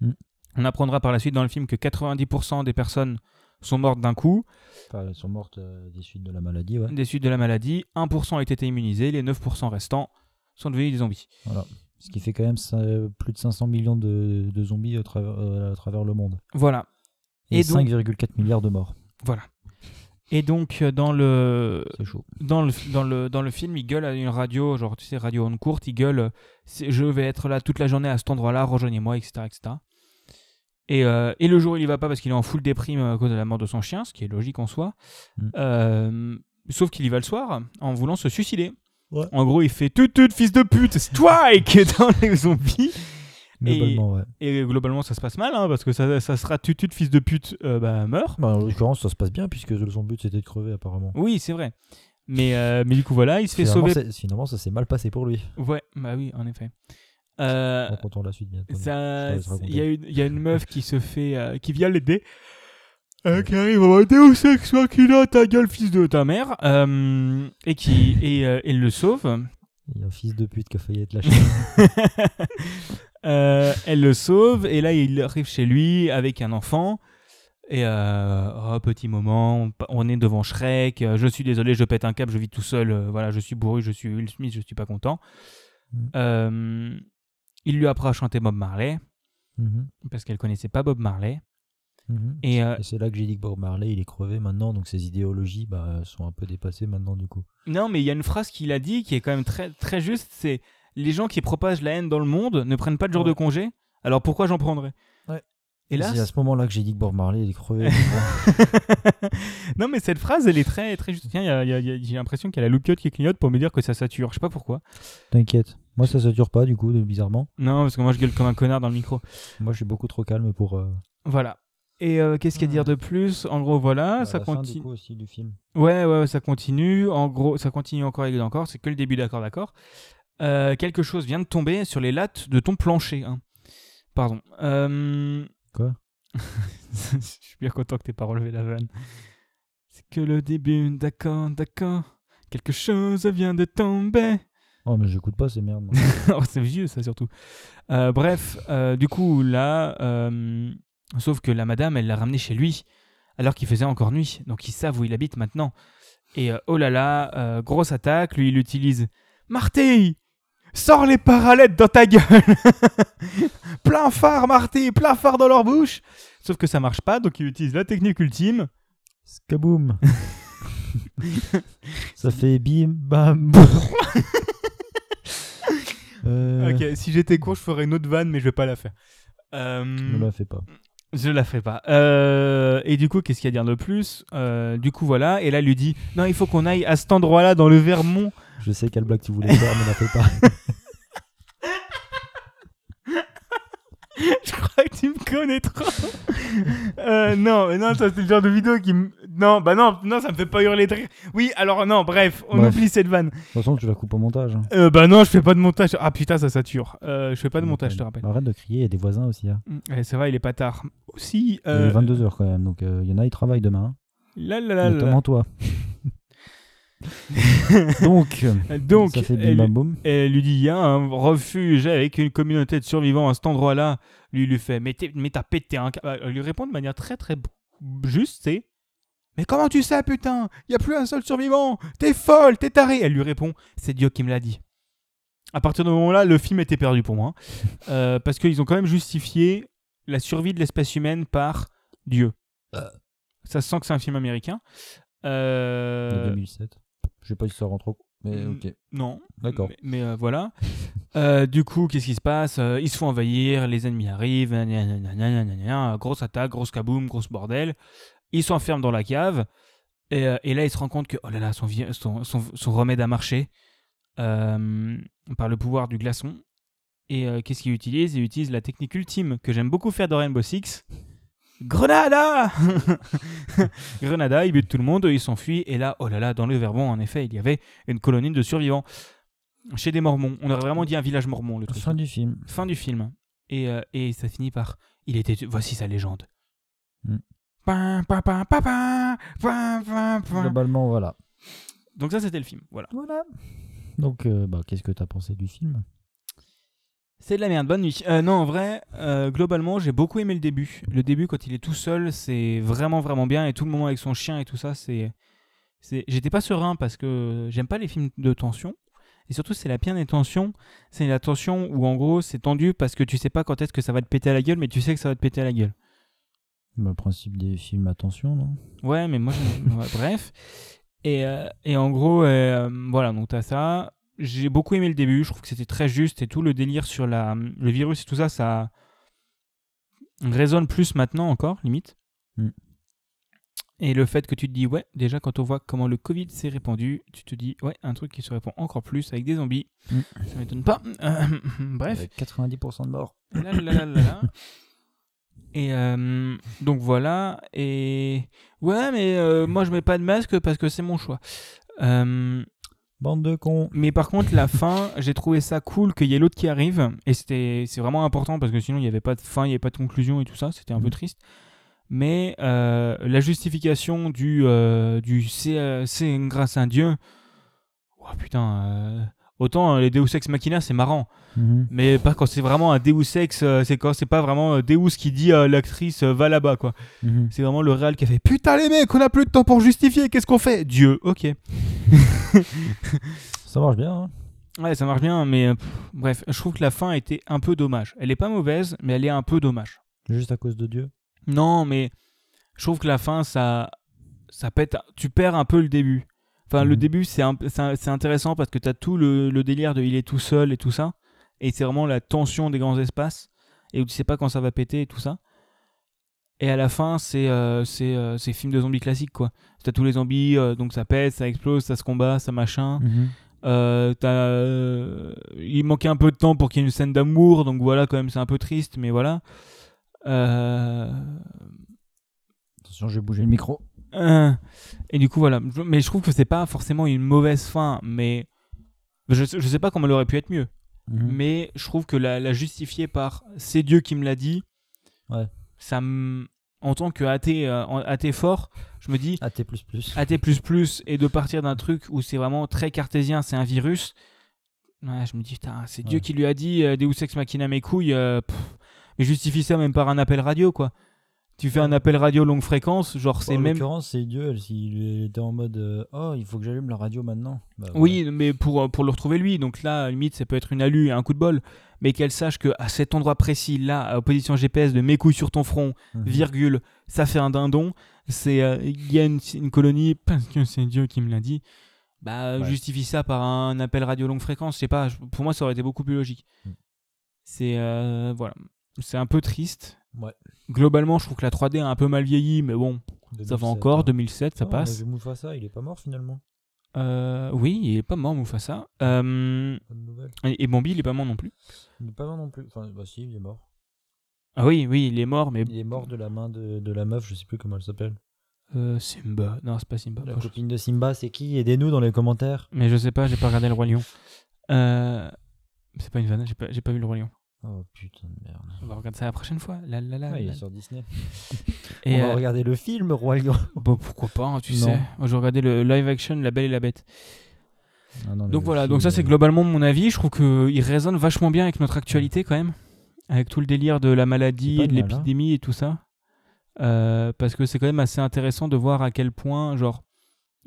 Speaker 1: Mm.
Speaker 2: On apprendra par la suite dans le film que 90% des personnes sont mortes d'un coup,
Speaker 1: Enfin, elles sont mortes euh, des suites de la maladie, ouais.
Speaker 2: des suites de la maladie, 1% a été immunisé, les 9% restants sont devenus des zombies.
Speaker 1: Ce qui fait quand même ça, euh, plus de 500 millions de, de zombies à travers, euh, à travers le monde.
Speaker 2: Voilà.
Speaker 1: Et,
Speaker 2: Et donc-
Speaker 1: 5,4 milliards de morts.
Speaker 2: Voilà. Et donc, euh, dans le,
Speaker 1: C'est chaud.
Speaker 2: dans le, dans, le, dans le film, il gueule à une radio, genre, tu sais, radio en courte, il gueule euh, c'est- Je vais être là toute la journée à cet endroit-là, rejoignez-moi, etc. etc. Et, euh, et le jour où il y va pas parce qu'il est en full déprime euh, à cause de la mort de son chien, ce qui est logique en soi.
Speaker 1: Mm.
Speaker 2: Euh, sauf qu'il y va le soir en voulant se suicider.
Speaker 1: Ouais.
Speaker 2: En gros, il fait Tut tut, fils de pute, strike dans les zombies.
Speaker 1: Globalement, ouais.
Speaker 2: Euh, Et globalement, ça se passe mal, hein, parce que ça, ça sera Tut tut, fils de pute, euh, bah, meurt.
Speaker 1: Bah, en l'occurrence, ça se passe bien puisque son but c'était de crever apparemment.
Speaker 2: Oui, c'est vrai. Mais, euh, mais du coup, voilà, il se fait
Speaker 1: Finalement,
Speaker 2: sauver.
Speaker 1: c'est- finalement, ça s'est mal passé pour lui.
Speaker 2: Ouais, bah oui, en effet. Euh,
Speaker 1: Racontons la hein, suite bien. entendu.
Speaker 2: ça-
Speaker 1: je te laisse
Speaker 2: il y, a
Speaker 1: raconter.
Speaker 2: une- il y a une meuf qui se fait, euh, qui vient l'aider, euh, qui arrive en mode Deus sex machina, ta gueule fils de ta mère, euh, et qui et, euh, et le sauve.
Speaker 1: Il y a un fils de pute qui a failli être lâché.
Speaker 2: Euh, elle le sauve et là il arrive chez lui avec un enfant. Et euh, oh, petit moment, on pa- on est devant Shrek. euh, Je suis désolé, je pète un câble, je vis tout seul. euh, voilà, je suis bourru, je suis Will Smith, je suis pas content.
Speaker 1: Mm.
Speaker 2: Euh, il lui apprend à chanter Bob Marley
Speaker 1: Mhm,
Speaker 2: parce qu'elle connaissait pas Bob Marley.
Speaker 1: mhm.
Speaker 2: Et euh,
Speaker 1: Et c'est là que j'ai dit que Bob Marley il est crevé maintenant, donc ses idéologies bah, sont un peu dépassées maintenant du coup.
Speaker 2: non, mais il y a une phrase qu'il a dit qui est quand même très très juste. C'est les gens qui propagent la haine dans le monde ne prennent pas de jour
Speaker 1: Ouais.
Speaker 2: de congé. Alors pourquoi j'en prendrais
Speaker 1: Ouais.
Speaker 2: Et là,
Speaker 1: c'est à ce moment-là que j'ai dit que Bob Marley il est crevé. je crois.
Speaker 2: non, mais cette phrase, elle est très, très juste. Tiens, il y a- il y a- il y a- j'ai l'impression qu'il y a la loupiote qui clignote pour me dire que ça sature. Je sais pas pourquoi.
Speaker 1: T'inquiète. Moi ça se dure pas du coup, de- bizarrement.
Speaker 2: Non, parce que moi, je gueule comme un connard dans le micro.
Speaker 1: Moi je suis beaucoup trop calme pour. euh,
Speaker 2: Voilà. Et euh, qu'est-ce qu'il y a à dire de plus En gros,
Speaker 1: à
Speaker 2: voilà, Ah, ça
Speaker 1: Hmm. Bah, la fin, du
Speaker 2: continue.
Speaker 1: coup, aussi du film.
Speaker 2: Ouais, ouais, ouais, ça continue. En gros, ça continue encore et encore. C'est que le début, d'accord, d'accord. Euh, quelque chose vient de tomber sur les lattes de ton plancher. hein. Pardon. Euh,
Speaker 1: Quoi
Speaker 2: Je suis bien content que t'aies pas relevé la vanne. C'est que le début, d'accord, d'accord. Quelque chose vient de tomber.
Speaker 1: Oh, mais j'écoute pas ces merdes. moi.
Speaker 2: Alors, Oh, c'est vieux ça surtout. Euh, bref, euh, du coup là, euh, sauf que la madame, elle l'a ramené chez lui alors qu'il faisait encore nuit, donc ils savent où il habite maintenant. Et euh, oh là là, euh, grosse attaque, lui il utilise Marty, sors les parallettes dans ta gueule, plein phare Marty, plein phare dans leur bouche. Sauf que ça marche pas, donc il utilise la technique ultime.
Speaker 1: Skaboum Ça fait bim, bam. euh,
Speaker 2: Ok, si j'étais court, je ferais une autre vanne, mais je vais pas la faire. Euh,
Speaker 1: Ne la fais pas.
Speaker 2: Je la fais pas. Euh, et du coup, qu'est-ce qu'il y a à dire de plus Euh, Du coup, voilà. Et là, elle lui dit Non, il faut qu'on aille à cet endroit-là, dans le Vermont.
Speaker 1: Je sais quelle blague tu voulais faire, mais ne la fais pas.
Speaker 2: Je crois que tu me connais trop. Euh, non, mais non, ça, c'est le genre de vidéo qui me. Non, bah non, non, ça me fait pas hurler de rire. Oui, alors non, bref, on
Speaker 1: Bref.
Speaker 2: oublie cette vanne.
Speaker 1: De toute façon, tu la coupes au montage. hein.
Speaker 2: Euh, bah non, je fais pas de montage. Ah putain, ça sature. Euh, je fais pas de montage, je te rappelle.
Speaker 1: Arrête de crier, il y a des voisins aussi. hein.
Speaker 2: Mm, Ouais, ça va, il est pas tard. Aussi.
Speaker 1: Il est
Speaker 2: Euh...
Speaker 1: 22h quand même, donc euh, il y en a, ils travaillent demain.
Speaker 2: Là, là,
Speaker 1: hein.
Speaker 2: là, là, là.
Speaker 1: notamment toi. donc, euh,
Speaker 2: Donc,
Speaker 1: ça fait bim,
Speaker 2: elle-
Speaker 1: bam, boum.
Speaker 2: Et elle lui dit, il y a un refuge avec une communauté de survivants à cet endroit-là. Lui, il lui fait, mais, t'es- mais t'as pété un câble. Elle lui répond de manière très très b- juste, c'est, mais comment tu sais, putain Il y a plus un seul survivant T'es folle, t'es tarée Elle lui répond, c'est Dieu qui me l'a dit. À partir de ce moment-là, le film était perdu pour moi. Euh, parce qu'ils ont quand même justifié la survie de l'espèce humaine par Dieu. Ça se sent que c'est un film américain.
Speaker 1: De
Speaker 2: Euh,
Speaker 1: 2007. Je sais pas si ça rentre au. Mais
Speaker 2: hmm.
Speaker 1: ok,
Speaker 2: non,
Speaker 1: d'accord.
Speaker 2: mais, mais, euh, voilà. Euh, du coup, qu'est-ce qui se passe Euh, Ils se font envahir, les ennemis arrivent, gnagnagna, gnagnagna, gnagnagna, grosse attaque, grosse kaboum, grosse bordel. Ils s'enferment dans la cave. Et, euh, et là, ils se rendent compte que oh là là, son, vi- son, son- son remède a marché euh, par le pouvoir du glaçon. Et euh, qu'est-ce qu'ils utilisent Ils utilisent la technique ultime que j'aime beaucoup faire dans Rainbow Six. Grenada Grenada, ils butent tout le monde, ils s'enfuient. Et là, oh là là, dans le Verbon, en effet, il y avait une colonie de survivants. Chez des Mormons. On aurait vraiment dit un village mormon, le truc.
Speaker 1: Fin du film.
Speaker 2: Fin du film. Et, euh, et ça finit par il était voici sa légende.
Speaker 1: Mm.
Speaker 2: Pin, pin, pin, pin, pin, pin, pin, pin.
Speaker 1: Globalement, voilà.
Speaker 2: Donc ça c'était le film, voilà.
Speaker 1: Voilà. Donc, euh, bah, qu'est-ce que t'as pensé du film
Speaker 2: C'est de la merde, bonne nuit. Euh, non, en vrai, euh, globalement, j'ai beaucoup aimé le début. Le début, quand il est tout seul, c'est vraiment, vraiment bien. Et tout le moment avec son chien et tout ça, c'est. c'est- J'étais pas serein parce que j'aime pas les films de tension. Et surtout, c'est la pire des tensions. C'est la tension où, en gros, c'est tendu parce que tu sais pas quand est-ce que ça va te péter à la gueule, mais tu sais que ça va te péter à la gueule.
Speaker 1: Le principe des films, attention, non
Speaker 2: Ouais, mais moi, je- ouais, bref. Et, euh, et en gros, euh, voilà, donc t'as ça. J'ai beaucoup aimé le début, je trouve que c'était très juste et tout le délire sur la, le virus et tout ça, ça résonne plus maintenant encore, limite.
Speaker 1: Mm.
Speaker 2: Et le fait que tu te dis, ouais, déjà quand on voit comment le Covid s'est répandu, tu te dis, ouais, un truc qui se répand encore plus avec des zombies,
Speaker 1: Mm.
Speaker 2: ça m'étonne pas. Euh, bref.
Speaker 1: Avec 90% de morts.
Speaker 2: Là, là, là, là, là. Et euh, donc voilà. Et ouais, mais euh, moi je mets pas de masque parce que c'est mon choix. Euh,
Speaker 1: Bande de cons.
Speaker 2: mais par contre, la fin, j'ai trouvé ça cool qu'il y ait l'autre qui arrive. Et c'était, c'est vraiment important parce que sinon, il n'y avait pas de fin, il n'y avait pas de conclusion et tout ça. C'était un peu
Speaker 1: Mhm.
Speaker 2: triste. Mais euh, la justification du, euh, du c'est, euh, c'est grâce à un dieu. Oh putain. euh, autant euh, les Deus Ex Machina, c'est marrant.
Speaker 1: Mhm.
Speaker 2: Mais pas quand c'est vraiment un Deus Ex, euh, c'est quand c'est pas vraiment euh, Deus qui dit à l'actrice euh, va là-bas quoi.
Speaker 1: Mhm.
Speaker 2: C'est vraiment le réal qui a fait putain les mecs, on a plus de temps pour justifier, qu'est-ce qu'on fait Dieu, ok.
Speaker 1: Ça marche bien. hein.
Speaker 2: Ouais, ça marche bien, mais euh, pff, bref, je trouve que la fin était un peu dommage. Elle est pas mauvaise, mais elle est un peu dommage.
Speaker 1: Juste à cause de Dieu.
Speaker 2: Non, mais je trouve que la fin, ça, ça pète. Tu perds un peu le début. Enfin, le
Speaker 1: Mhm.
Speaker 2: début, c'est un- c'est un- c'est intéressant parce que tu as tout le, le délire de il est tout seul et tout ça. Et c'est vraiment la tension des grands espaces. Et où tu sais pas quand ça va péter et tout ça. Et à la fin, c'est euh, c'est, euh, c'est film de zombies classique, quoi. T'as tous les zombies, euh, donc ça pète, ça explose, ça se combat, ça machin.
Speaker 1: Mhm.
Speaker 2: Euh, t'as, euh, il manquait un peu de temps pour qu'il y ait une scène d'amour, donc voilà, quand même, c'est un peu triste, mais voilà. Euh,
Speaker 1: Attention, je vais bouger le micro.
Speaker 2: euh, Et du coup, voilà. Je- Mais je trouve que c'est pas forcément une mauvaise fin, mais je, sais- je sais pas comment elle aurait pu être mieux.
Speaker 1: Mhm.
Speaker 2: Mais je trouve que la, la justifier par c'est Dieu qui me l'a dit,
Speaker 1: Ouais.
Speaker 2: ça me. en tant que athée, euh, en- athée fort, je me dis
Speaker 1: AT++. plus
Speaker 2: AT++ et de partir d'un truc où c'est vraiment très cartésien, c'est un virus. Ouais, je me dis, putain, c'est Dieu
Speaker 1: Ouais.
Speaker 2: qui lui a dit euh, Deus ex machina mes couilles. euh, pff, mais justifie ça même par un appel radio, quoi. Tu fais un appel radio longue fréquence, genre c'est
Speaker 1: Bah, en
Speaker 2: même.
Speaker 1: l'occurrence, c'est Dieu. elle, S'il était en mode euh, Oh, il faut que j'allume la radio maintenant. Bah,
Speaker 2: Oui, mais pour, euh, pour le retrouver lui. Donc là, à la limite, ça peut être une alu et un coup de bol. Mais qu'elle sache que à cet endroit précis, là, à position GPS de mes couilles sur ton front,
Speaker 1: voilà.
Speaker 2: virgule, ça fait un dindon. C'est euh, il y a une, une colonie parce que c'est Dieu qui me l'a dit. Bah
Speaker 1: Ouais.
Speaker 2: justifie ça par un appel radio longue fréquence. Je sais pas. je- Pour moi, ça aurait été beaucoup plus logique.
Speaker 1: Mm.
Speaker 2: C'est euh, voilà. C'est un peu triste.
Speaker 1: Ouais.
Speaker 2: Globalement, je trouve que la 3D a un peu mal vieilli, mais bon, ça va
Speaker 1: 2007,
Speaker 2: encore.
Speaker 1: hein.
Speaker 2: 2007, ça
Speaker 1: Ah,
Speaker 2: passe.
Speaker 1: mais Mufasa, il est pas mort finalement.
Speaker 2: Euh, oui, il est pas mort, Mufasa. Euh,
Speaker 1: Bonne nouvelle.
Speaker 2: et et Bambi, il est pas mort non plus.
Speaker 1: Il est pas mort non plus. Enfin, bah si, il est mort.
Speaker 2: Ah oui, oui, il est mort, mais
Speaker 1: Il est mort de la main de, de la meuf, je sais plus comment elle s'appelle.
Speaker 2: euh, Simba. Non, c'est pas Simba.
Speaker 1: La
Speaker 2: pas-
Speaker 1: copine de Simba, c'est qui Aidez-nous dans les commentaires.
Speaker 2: Mais je sais pas, j'ai pas regardé le Roi Lion. Euh, C'est pas une vanne, j'ai pas, j'ai pas vu le Roi Lion.
Speaker 1: Oh putain de merde.
Speaker 2: On va regarder ça la prochaine fois. La, la, la,
Speaker 1: Ah, il
Speaker 2: la.
Speaker 1: est sur Disney.
Speaker 2: Et,
Speaker 1: On va
Speaker 2: euh,
Speaker 1: regarder le film Roi Lion.
Speaker 2: bah, pourquoi pas, hein, tu
Speaker 1: Non.
Speaker 2: sais. Moi, je regardais le live action La Belle et la Bête.
Speaker 1: Ah non, mais
Speaker 2: Donc
Speaker 1: le
Speaker 2: voilà,
Speaker 1: film,
Speaker 2: donc ça c'est
Speaker 1: euh,
Speaker 2: globalement mon avis. Je trouve qu'il résonne vachement bien avec notre actualité quand même. Avec tout le délire de la
Speaker 1: C'est
Speaker 2: maladie
Speaker 1: pas
Speaker 2: et de
Speaker 1: mal, hein.
Speaker 2: l'épidémie et tout ça. Euh, parce que c'est quand même assez intéressant de voir à quel point, genre,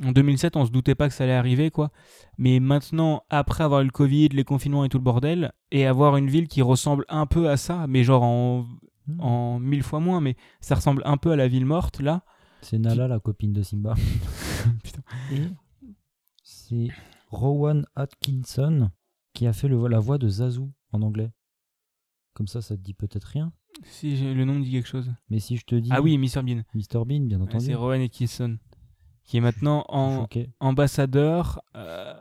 Speaker 2: en 2007, on se doutait pas que ça allait arriver, quoi. Mais maintenant, après avoir eu le Covid, les confinements et tout le bordel, et avoir une ville qui ressemble un peu à ça, mais genre en,
Speaker 1: Hmm.
Speaker 2: en mille fois moins, mais ça ressemble un peu à la ville morte, là.
Speaker 1: C'est Nala, la copine de Simba.
Speaker 2: Putain.
Speaker 1: Et c'est Rowan Atkinson qui a fait le, la voix de Zazu en anglais. Comme ça, ça te dit peut-être rien.
Speaker 2: Si j'ai- le nom me dit quelque chose.
Speaker 1: Mais si je te dis
Speaker 2: Ah oui, Mr. Bean.
Speaker 1: Mr Bean, bien entendu.
Speaker 2: C'est Rowan Atkinson, qui est maintenant
Speaker 1: Je suis
Speaker 2: en,
Speaker 1: choqué.
Speaker 2: ambassadeur euh,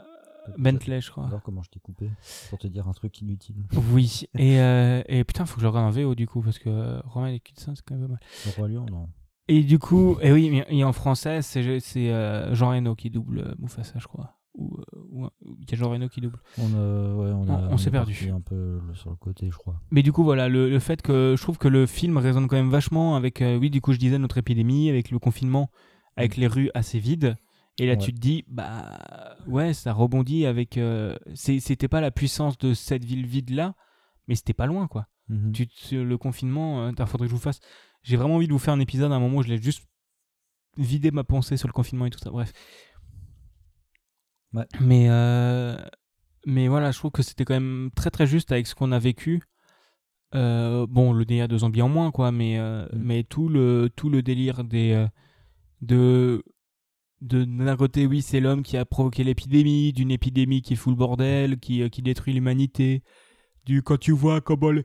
Speaker 2: Bentley, je crois.
Speaker 1: Alors comment je t'ai coupé pour te dire un truc inutile.
Speaker 2: Oui, et, euh, et putain, faut que je le regarde en VO du coup, parce que euh, Romain et Kitson, c'est quand même pas mal.
Speaker 1: Le Roi Lion, non.
Speaker 2: Et du coup, et oui, mais et en français, c'est c'est, euh, Jean Reno qui double euh, Mufasa, je crois. Ou euh, ou un- ou il y a Jean Reno qui double.
Speaker 1: On, a- ouais, on, a-
Speaker 2: On- on
Speaker 1: on
Speaker 2: s'est
Speaker 1: est
Speaker 2: perdu.
Speaker 1: parti un peu le- sur le côté, je crois.
Speaker 2: Mais du coup, voilà, le, le fait que je trouve que le film résonne quand même vachement avec, euh, oui, du coup, je disais notre épidémie, avec le confinement, avec les rues assez vides. Et là,
Speaker 1: Ouais.
Speaker 2: tu te dis, bah ouais, ça rebondit avec. euh, c'est- c'était pas la puissance de cette ville vide là, mais c'était pas loin, quoi.
Speaker 1: Mmh.
Speaker 2: Tu te- le confinement, euh, t'as- faudrait que je vous fasse. J'ai vraiment envie de vous faire un épisode à un moment où je l'ai juste vidé ma pensée sur le confinement et tout ça. Bref.
Speaker 1: Ouais.
Speaker 2: Mais, euh, mais voilà, je trouve que c'était quand même très très juste avec ce qu'on a vécu. Euh, bon, le délire de zombies en moins, quoi, mais, euh,
Speaker 1: Mm.
Speaker 2: mais tout, le, tout le délire des. euh, de de- d'un côté, oui, c'est l'homme qui a provoqué l'épidémie, d'une épidémie qui fout le bordel, qui, euh, qui détruit l'humanité. Du quand tu vois comment les,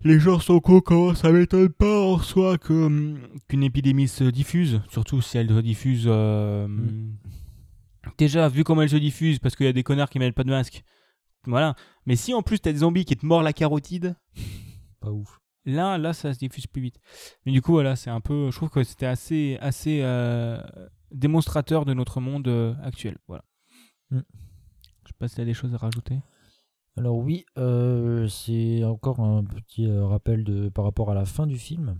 Speaker 2: les gens sont cons, comment ça m'étonne pas en soi que, hum, qu'une épidémie se diffuse, surtout si elle se diffuse. euh,
Speaker 1: Mm.
Speaker 2: Déjà, vu comment elle se diffuse, parce qu'il y a des connards qui mettent pas de masque. Voilà. Mais si en plus t'as des zombies qui te mordent la carotide,
Speaker 1: Pas ouf.
Speaker 2: Là, là, ça se diffuse plus vite. Mais du coup, voilà, c'est un peu. Je trouve que c'était assez, assez euh, démonstrateur de notre monde euh, actuel. Voilà.
Speaker 1: Mm.
Speaker 2: Je sais pas si t'as des choses à rajouter.
Speaker 1: Alors oui, euh, c'est encore un petit euh, rappel de, par rapport à la fin du film.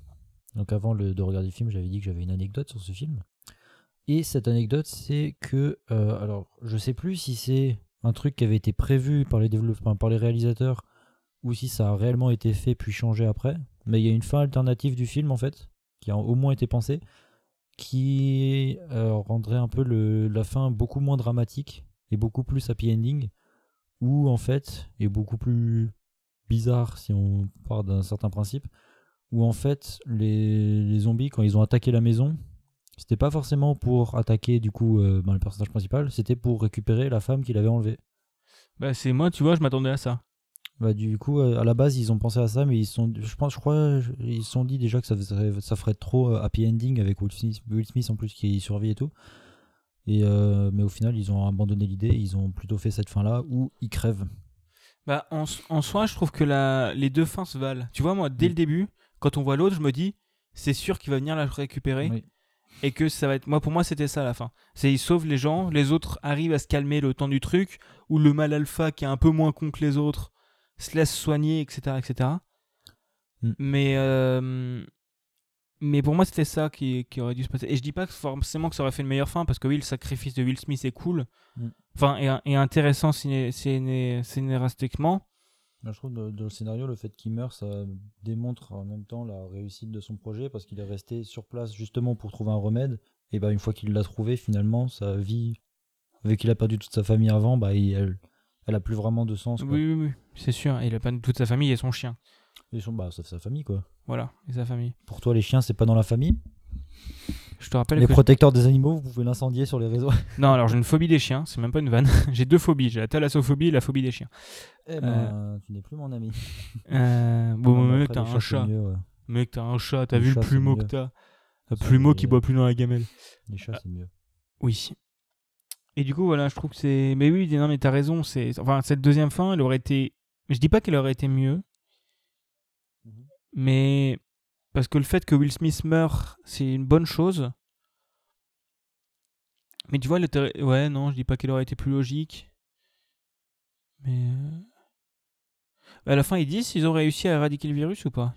Speaker 1: Donc avant le- de regarder le film, j'avais dit que j'avais une anecdote sur ce film. Et cette anecdote, c'est que, euh, alors je sais plus si c'est un truc qui avait été prévu par les, développe- enfin, par les réalisateurs ou si ça a réellement été fait puis changé après. Mais il y a une fin alternative du film en fait, qui a au moins été pensée, qui euh, rendrait un peu le- la fin beaucoup moins dramatique et beaucoup plus happy ending où en fait est beaucoup plus bizarre si on part d'un certain principe, où en fait les, les zombies quand ils ont attaqué la maison, c'était pas forcément pour attaquer du coup euh, ben, le personnage principal, c'était pour récupérer la femme qu'il avait enlevée.
Speaker 2: Bah, c'est moi, tu vois, je m'attendais à ça.
Speaker 1: Bah, du coup euh, à la base ils ont pensé à ça, mais ils se sont, je pense, je crois, je- ils se sont dit déjà que ça ferait, ça ferait trop euh, happy ending avec Will Smith, Will Smith en plus qui survit et tout. Et euh, mais au final, ils ont abandonné l'idée, ils ont plutôt fait cette fin-là où ils crèvent.
Speaker 2: Bah, en, s- en soi, je trouve que la, les deux fins se valent. Tu vois, moi, dès le début, quand on voit l'autre, je me dis, c'est sûr qu'il va venir la récupérer.
Speaker 1: Oui.
Speaker 2: et que ça va être moi pour moi c'était ça la fin c'est ils sauvent les gens les autres arrivent à se calmer le temps du truc ou le mal alpha qui est un peu moins con que les autres se laisse soigner etc etc
Speaker 1: Mm.
Speaker 2: mais euh, Mais pour moi, c'était ça qui, qui aurait dû se passer. Et je dis pas que forcément que ça aurait fait une meilleure fin, parce que oui, le sacrifice de Will Smith est cool,
Speaker 1: Mm.
Speaker 2: enfin, et, et intéressant ciné- ciné- cinérastiquement.
Speaker 1: Moi, je trouve dans, dans le scénario, le fait qu'il meure, ça démontre en même temps la réussite de son projet parce qu'il est resté sur place justement pour trouver un remède. Et bah, une fois qu'il l'a trouvé, finalement, sa vie, vu qu'il a perdu toute sa famille avant, bah, il- elle, elle a plus vraiment de sens. Quoi.
Speaker 2: Oui, oui, oui, c'est sûr. Et il a pas toute sa famille et son chien.
Speaker 1: Et son- bah, sauf sa famille, quoi.
Speaker 2: Voilà, et sa famille.
Speaker 1: Pour toi, les chiens, c'est pas dans la famille.
Speaker 2: Je te rappelle
Speaker 1: Les
Speaker 2: que.
Speaker 1: protecteurs des animaux, vous pouvez l'incendier sur les réseaux.
Speaker 2: Non, alors j'ai une phobie des chiens, c'est même pas une vanne. j'ai deux phobies, j'ai la thalassophobie et la phobie des chiens.
Speaker 1: Eh ben, tu n'es plus mon ami.
Speaker 2: Euh, bon,
Speaker 1: Bon,
Speaker 2: mec,
Speaker 1: après,
Speaker 2: t'as
Speaker 1: les
Speaker 2: un
Speaker 1: chats, c'est
Speaker 2: chat.
Speaker 1: mieux, ouais.
Speaker 2: Mec, t'as un chat, t'as
Speaker 1: Les
Speaker 2: vu
Speaker 1: chats,
Speaker 2: le
Speaker 1: c'est
Speaker 2: plumeau
Speaker 1: mieux.
Speaker 2: que t'as. Le
Speaker 1: Ça,
Speaker 2: plumeau
Speaker 1: c'est
Speaker 2: qui
Speaker 1: mieux.
Speaker 2: boit plus dans la gamelle.
Speaker 1: Les chats, c'est mieux.
Speaker 2: Oui. Et du coup, voilà, je trouve que c'est. Mais oui, non, mais t'as raison. C'est... Enfin, cette deuxième fin, elle aurait été. Je dis pas qu'elle aurait été mieux.
Speaker 1: Mhm.
Speaker 2: Mais. Parce que le fait que Will Smith meurt, c'est une bonne chose. Mais tu vois, le ter- ouais, non, je dis pas qu'elle aurait été plus logique. Mais. euh, À la fin, ils disent s'ils ont réussi à éradiquer le virus ou pas.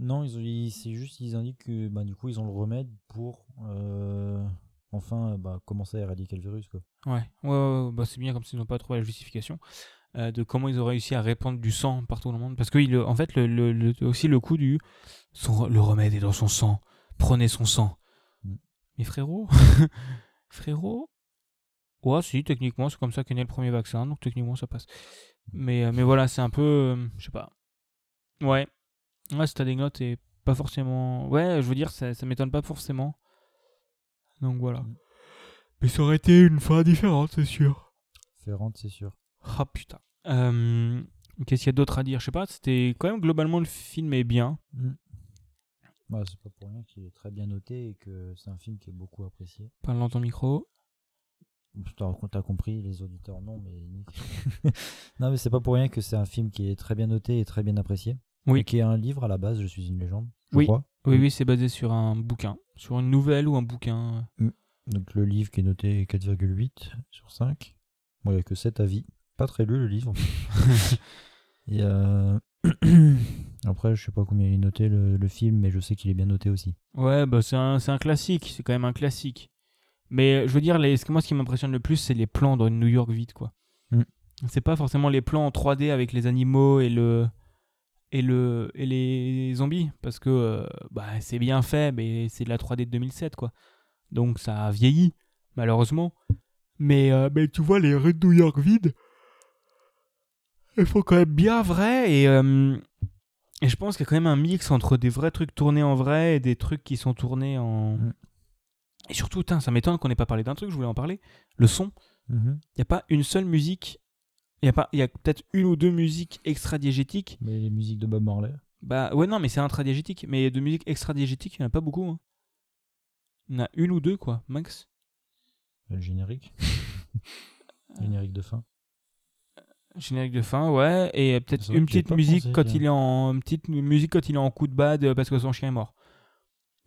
Speaker 1: Non, ils, ont- ils- c'est juste qu'ils indiquent que bah, du coup ils ont le remède pour euh, enfin euh, bah, commencer à éradiquer le virus. Quoi.
Speaker 2: Ouais, ouais, ouais, ouais. Bah, c'est bien comme s'ils n'ont pas trouvé la justification euh, de comment ils ont réussi à répandre du sang partout dans le monde. Parce que, oui, le- en fait, le, le- le- aussi le coup du son- le remède est dans son sang, prenez son sang.
Speaker 1: Mm.
Speaker 2: Mais frérot, frérot, ouais, si, techniquement, c'est comme ça qu'est né le premier vaccin, donc techniquement, ça passe. Mais, euh, mais voilà, c'est un peu, euh, je sais pas. Ouais, ouais, Stadegnotte est pas forcément. Ouais, je veux dire, ça, ça m'étonne pas forcément. Donc voilà.
Speaker 1: Mm.
Speaker 2: Mais ça aurait été une fin différente, c'est sûr.
Speaker 1: Ferrante, c'est sûr.
Speaker 2: Ah putain. Euh, Qu'est-ce qu'il y a d'autre à dire Je sais pas, c'était quand même globalement le film est bien.
Speaker 1: Bah, c'est pas pour rien qu'il est très bien noté et que c'est un film qui est beaucoup apprécié.
Speaker 2: Parle dans ton micro.
Speaker 1: T'as t'as compris, les auditeurs non, mais Nick. non, mais c'est pas pour rien que c'est un film qui est très bien noté et très bien apprécié.
Speaker 2: Oui.
Speaker 1: Et qui est un livre à la base, Je suis une légende. Je
Speaker 2: Oui.
Speaker 1: crois.
Speaker 2: Oui,
Speaker 1: Mm.
Speaker 2: oui, c'est basé sur un bouquin. Sur une nouvelle ou un bouquin.
Speaker 1: Donc le livre qui est noté 4,8 sur 5. Bon, il n'y a que 7 avis. Pas très lu le livre. Et euh, Après, je sais pas combien il est noté le, le film, mais je sais qu'il est bien noté aussi.
Speaker 2: Ouais, bah c'est un, c'est un classique, c'est quand même un classique. Mais euh, je veux dire, les, ce que moi, ce qui m'impressionne le plus, c'est les plans dans une New York vide, quoi.
Speaker 1: Mm.
Speaker 2: C'est pas forcément les plans en 3D avec les animaux et le et le et les zombies, parce que euh, bah, c'est bien fait, mais c'est de la 3D de 2007, quoi. Donc ça a vieilli, malheureusement. Mais, euh, mais tu vois, les rues de New York vides, elles font quand même bien vrai et euh, et je pense qu'il y a quand même un mix entre des vrais trucs tournés en vrai et des trucs qui sont tournés en.
Speaker 1: Mm.
Speaker 2: Et surtout, tain, ça m'étonne qu'on n'ait pas parlé d'un truc, je voulais en parler. Le son.
Speaker 1: Mhm.
Speaker 2: Il n'y a pas une seule musique. Il y a, pas- y a peut-être une ou deux musiques extra-diégétiques.
Speaker 1: Mais les musiques de Bob Marley.
Speaker 2: Bah ouais, non, mais c'est intradiégétique. Mais de musique extra-diégétique, il n'y en a pas beaucoup. hein. Il y en a une ou deux, quoi, max.
Speaker 1: Le générique. générique de fin.
Speaker 2: Générique de fin, ouais. Et
Speaker 1: C'est
Speaker 2: euh, peut-être
Speaker 1: vrai
Speaker 2: une
Speaker 1: que j'y ai
Speaker 2: petite
Speaker 1: pas
Speaker 2: musique
Speaker 1: pensé,
Speaker 2: quand
Speaker 1: tiens.
Speaker 2: il est en. Une petite mu- musique quand il est en coup de bad euh, parce que son chien est mort.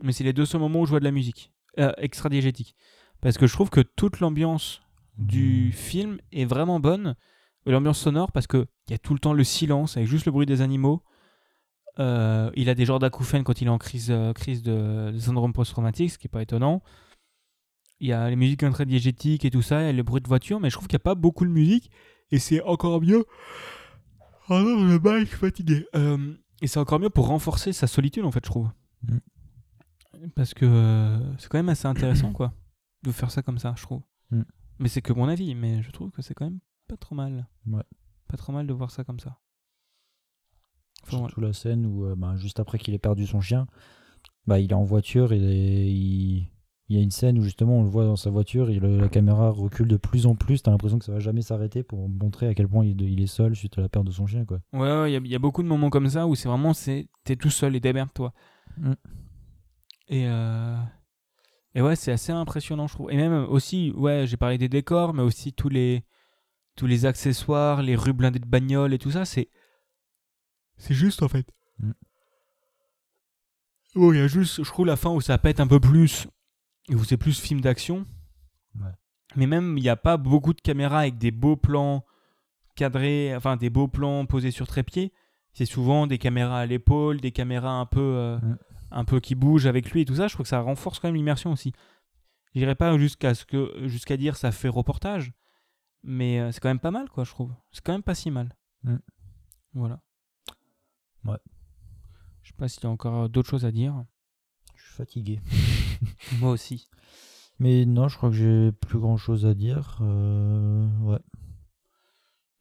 Speaker 2: Mais c'est les deux seuls moments où je vois de la musique. Euh, extra-diégétique. Parce que je trouve que toute l'ambiance du film est vraiment bonne. Et L'ambiance sonore, parce qu'il y a tout le temps le silence avec juste le bruit des animaux. Euh, il a des genres d'acouphènes quand il est en crise, euh, crise de, de syndrome post-traumatique, ce qui n'est pas étonnant. Il y a les musiques intradiégétiques et tout ça, et le bruit de voiture, mais je trouve qu'il n'y a pas beaucoup de musique, et c'est encore mieux. Ah non, le bail, je suis fatigué. Euh, et c'est encore mieux pour renforcer sa solitude, en fait, je trouve.
Speaker 1: Mm.
Speaker 2: Parce que euh, c'est quand même assez intéressant, quoi, de faire ça comme ça, je trouve.
Speaker 1: Mm.
Speaker 2: Mais c'est que mon avis, mais je trouve que c'est quand même pas trop mal.
Speaker 1: Ouais.
Speaker 2: Pas trop mal de voir ça comme ça. Enfin, voilà.
Speaker 1: Surtout la scène où, euh, bah, juste après qu'il ait perdu son chien, bah, il est en voiture et il... il y a une scène où justement on le voit dans sa voiture et le- la caméra recule de plus en plus. T'as l'impression que ça va jamais s'arrêter pour montrer à quel point il, il est seul suite à la perte de son chien. Quoi.
Speaker 2: Ouais, ouais, il y a- il y, a beaucoup de moments comme ça où c'est vraiment, c'est t'es tout seul et démerde-toi.
Speaker 1: Mm.
Speaker 2: Et, euh, et ouais, c'est assez impressionnant, je trouve. Et même euh, aussi, ouais, j'ai parlé des décors, mais aussi tous les, tous les accessoires, les rues blindées de bagnoles et tout ça, c'est. C'est juste en fait.
Speaker 1: Mm.
Speaker 2: Bon, il y a juste, je trouve, la fin où ça pète un peu plus, et où c'est plus film d'action.
Speaker 1: Ouais.
Speaker 2: Mais même, il n'y a pas beaucoup de caméras avec des beaux plans cadrés, enfin des beaux plans posés sur trépied. C'est souvent des caméras à l'épaule, des caméras un peu euh,
Speaker 1: Mm.
Speaker 2: un peu qui bouge avec lui et tout ça, je trouve que ça renforce quand même l'immersion aussi. J'irai pas jusqu'à ce que jusqu'à dire ça fait reportage, mais euh, c'est quand même pas mal quoi, je trouve. C'est quand même pas si mal.
Speaker 1: Mm.
Speaker 2: Voilà.
Speaker 1: Ouais.
Speaker 2: Je sais pas s'il y a encore euh, d'autres choses à dire.
Speaker 1: Je suis fatigué.
Speaker 2: Moi aussi.
Speaker 1: Mais non, je crois que j'ai plus grand chose à dire. Euh, ouais.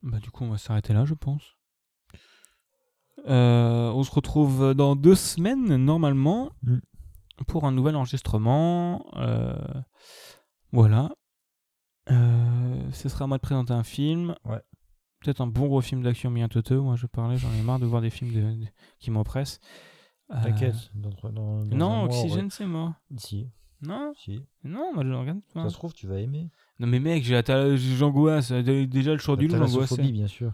Speaker 2: Bah du coup, on va s'arrêter là, je pense. Euh, on se retrouve dans deux semaines normalement
Speaker 1: Mm.
Speaker 2: pour un nouvel enregistrement. Euh, voilà. Euh, ce sera à moi de présenter un film.
Speaker 1: Ouais.
Speaker 2: Peut-être un bon gros film d'action bien teuteux. Moi, je parlais, j'en ai marre de voir des films de- de- qui m'oppressent. Euh,
Speaker 1: T'inquiète. dans trois- dans- dans un
Speaker 2: non,
Speaker 1: mois,
Speaker 2: Oxygène, c'est mort.
Speaker 1: ouais. Si,
Speaker 2: Non,
Speaker 1: si.
Speaker 2: non, moi, je le regarde pas.
Speaker 1: Ça se trouve, tu vas aimer.
Speaker 2: Non, mais mec, j'ai la thal- j'angoisse. Dé- Déjà, le jour
Speaker 1: La
Speaker 2: du loup, j'angoisse.
Speaker 1: thalassophobie, bien sûr.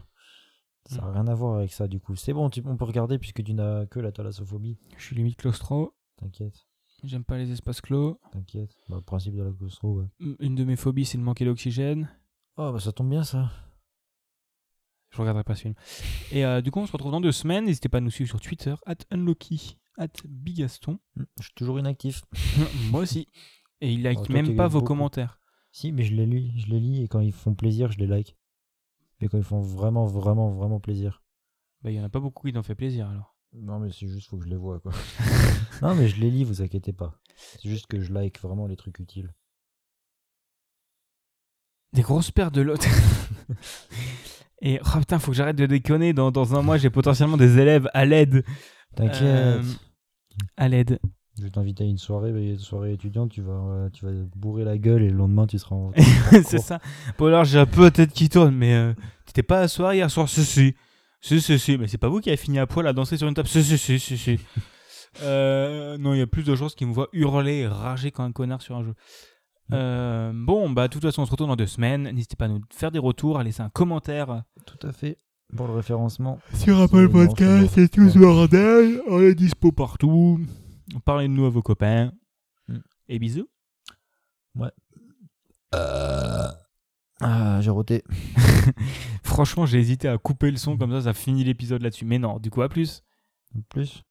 Speaker 1: Ça
Speaker 2: Mm.
Speaker 1: n'a rien à voir avec ça, du coup. C'est bon, tu- on peut regarder puisque tu n'as que la thalassophobie.
Speaker 2: Je suis limite claustro.
Speaker 1: T'inquiète,
Speaker 2: J'aime pas les espaces clos.
Speaker 1: t'inquiète. Bah, le principe de la claustro, ouais.
Speaker 2: M- Une de mes phobies, c'est de manquer d'oxygène.
Speaker 1: Oh, bah ça tombe bien, ça.
Speaker 2: Je regarderai pas ce film. Et euh, du coup, on se retrouve dans deux semaines. N'hésitez pas à nous suivre sur Twitter, at unlucky, at bigaston.
Speaker 1: Hmm, Je suis toujours inactif.
Speaker 2: Moi aussi. Et il like
Speaker 1: Oh, toi,
Speaker 2: même
Speaker 1: tu
Speaker 2: pas
Speaker 1: gagnes
Speaker 2: vos
Speaker 1: beaucoup.
Speaker 2: commentaires.
Speaker 1: Si, mais je les lis, je les lis et quand ils font plaisir, je les like. Mais quand ils font vraiment, vraiment, vraiment plaisir.
Speaker 2: Bah, il y en a pas beaucoup qui t'en fait plaisir alors.
Speaker 1: Non, mais c'est juste, faut que je les vois, quoi. non, mais je les lis, vous inquiétez pas. C'est juste que je like vraiment les trucs utiles.
Speaker 2: Des grosses pertes de l'autre. Et oh putain, faut que j'arrête de déconner. Dans, dans un mois, j'ai potentiellement des élèves à l'aide.
Speaker 1: T'inquiète.
Speaker 2: Euh, À l'aide.
Speaker 1: Je vais t'inviter à une soirée, mais une soirée étudiante, tu vas, euh, tu vas bourrer la gueule et le lendemain, tu seras en.
Speaker 2: c'est ça. Bon, alors j'ai un peu la tête qui tourne, mais euh, t'étais pas à soir hier soir Si, si. Si, si, si. Mais c'est pas vous qui avez fini à poil à danser sur une table Si, si, si, si, si. Euh, non, il y a plus de gens qui me voient hurler et rager comme un connard sur un jeu. Euh, bon, bah, de toute façon, on se retrouve dans deux semaines. N'hésitez pas à nous faire des retours, à laisser un commentaire.
Speaker 1: Tout à fait. Pour le référencement.
Speaker 2: Sur
Speaker 1: Apple Podcast et tout ce
Speaker 2: bordel. On est dispo partout. Parlez de nous à vos copains.
Speaker 1: Mm.
Speaker 2: Et bisous.
Speaker 1: Euh, Ah, j'ai roté.
Speaker 2: Franchement, j'ai hésité à couper le son comme ça, ça finit l'épisode là-dessus. Mais non, du coup, à plus.
Speaker 1: Plus.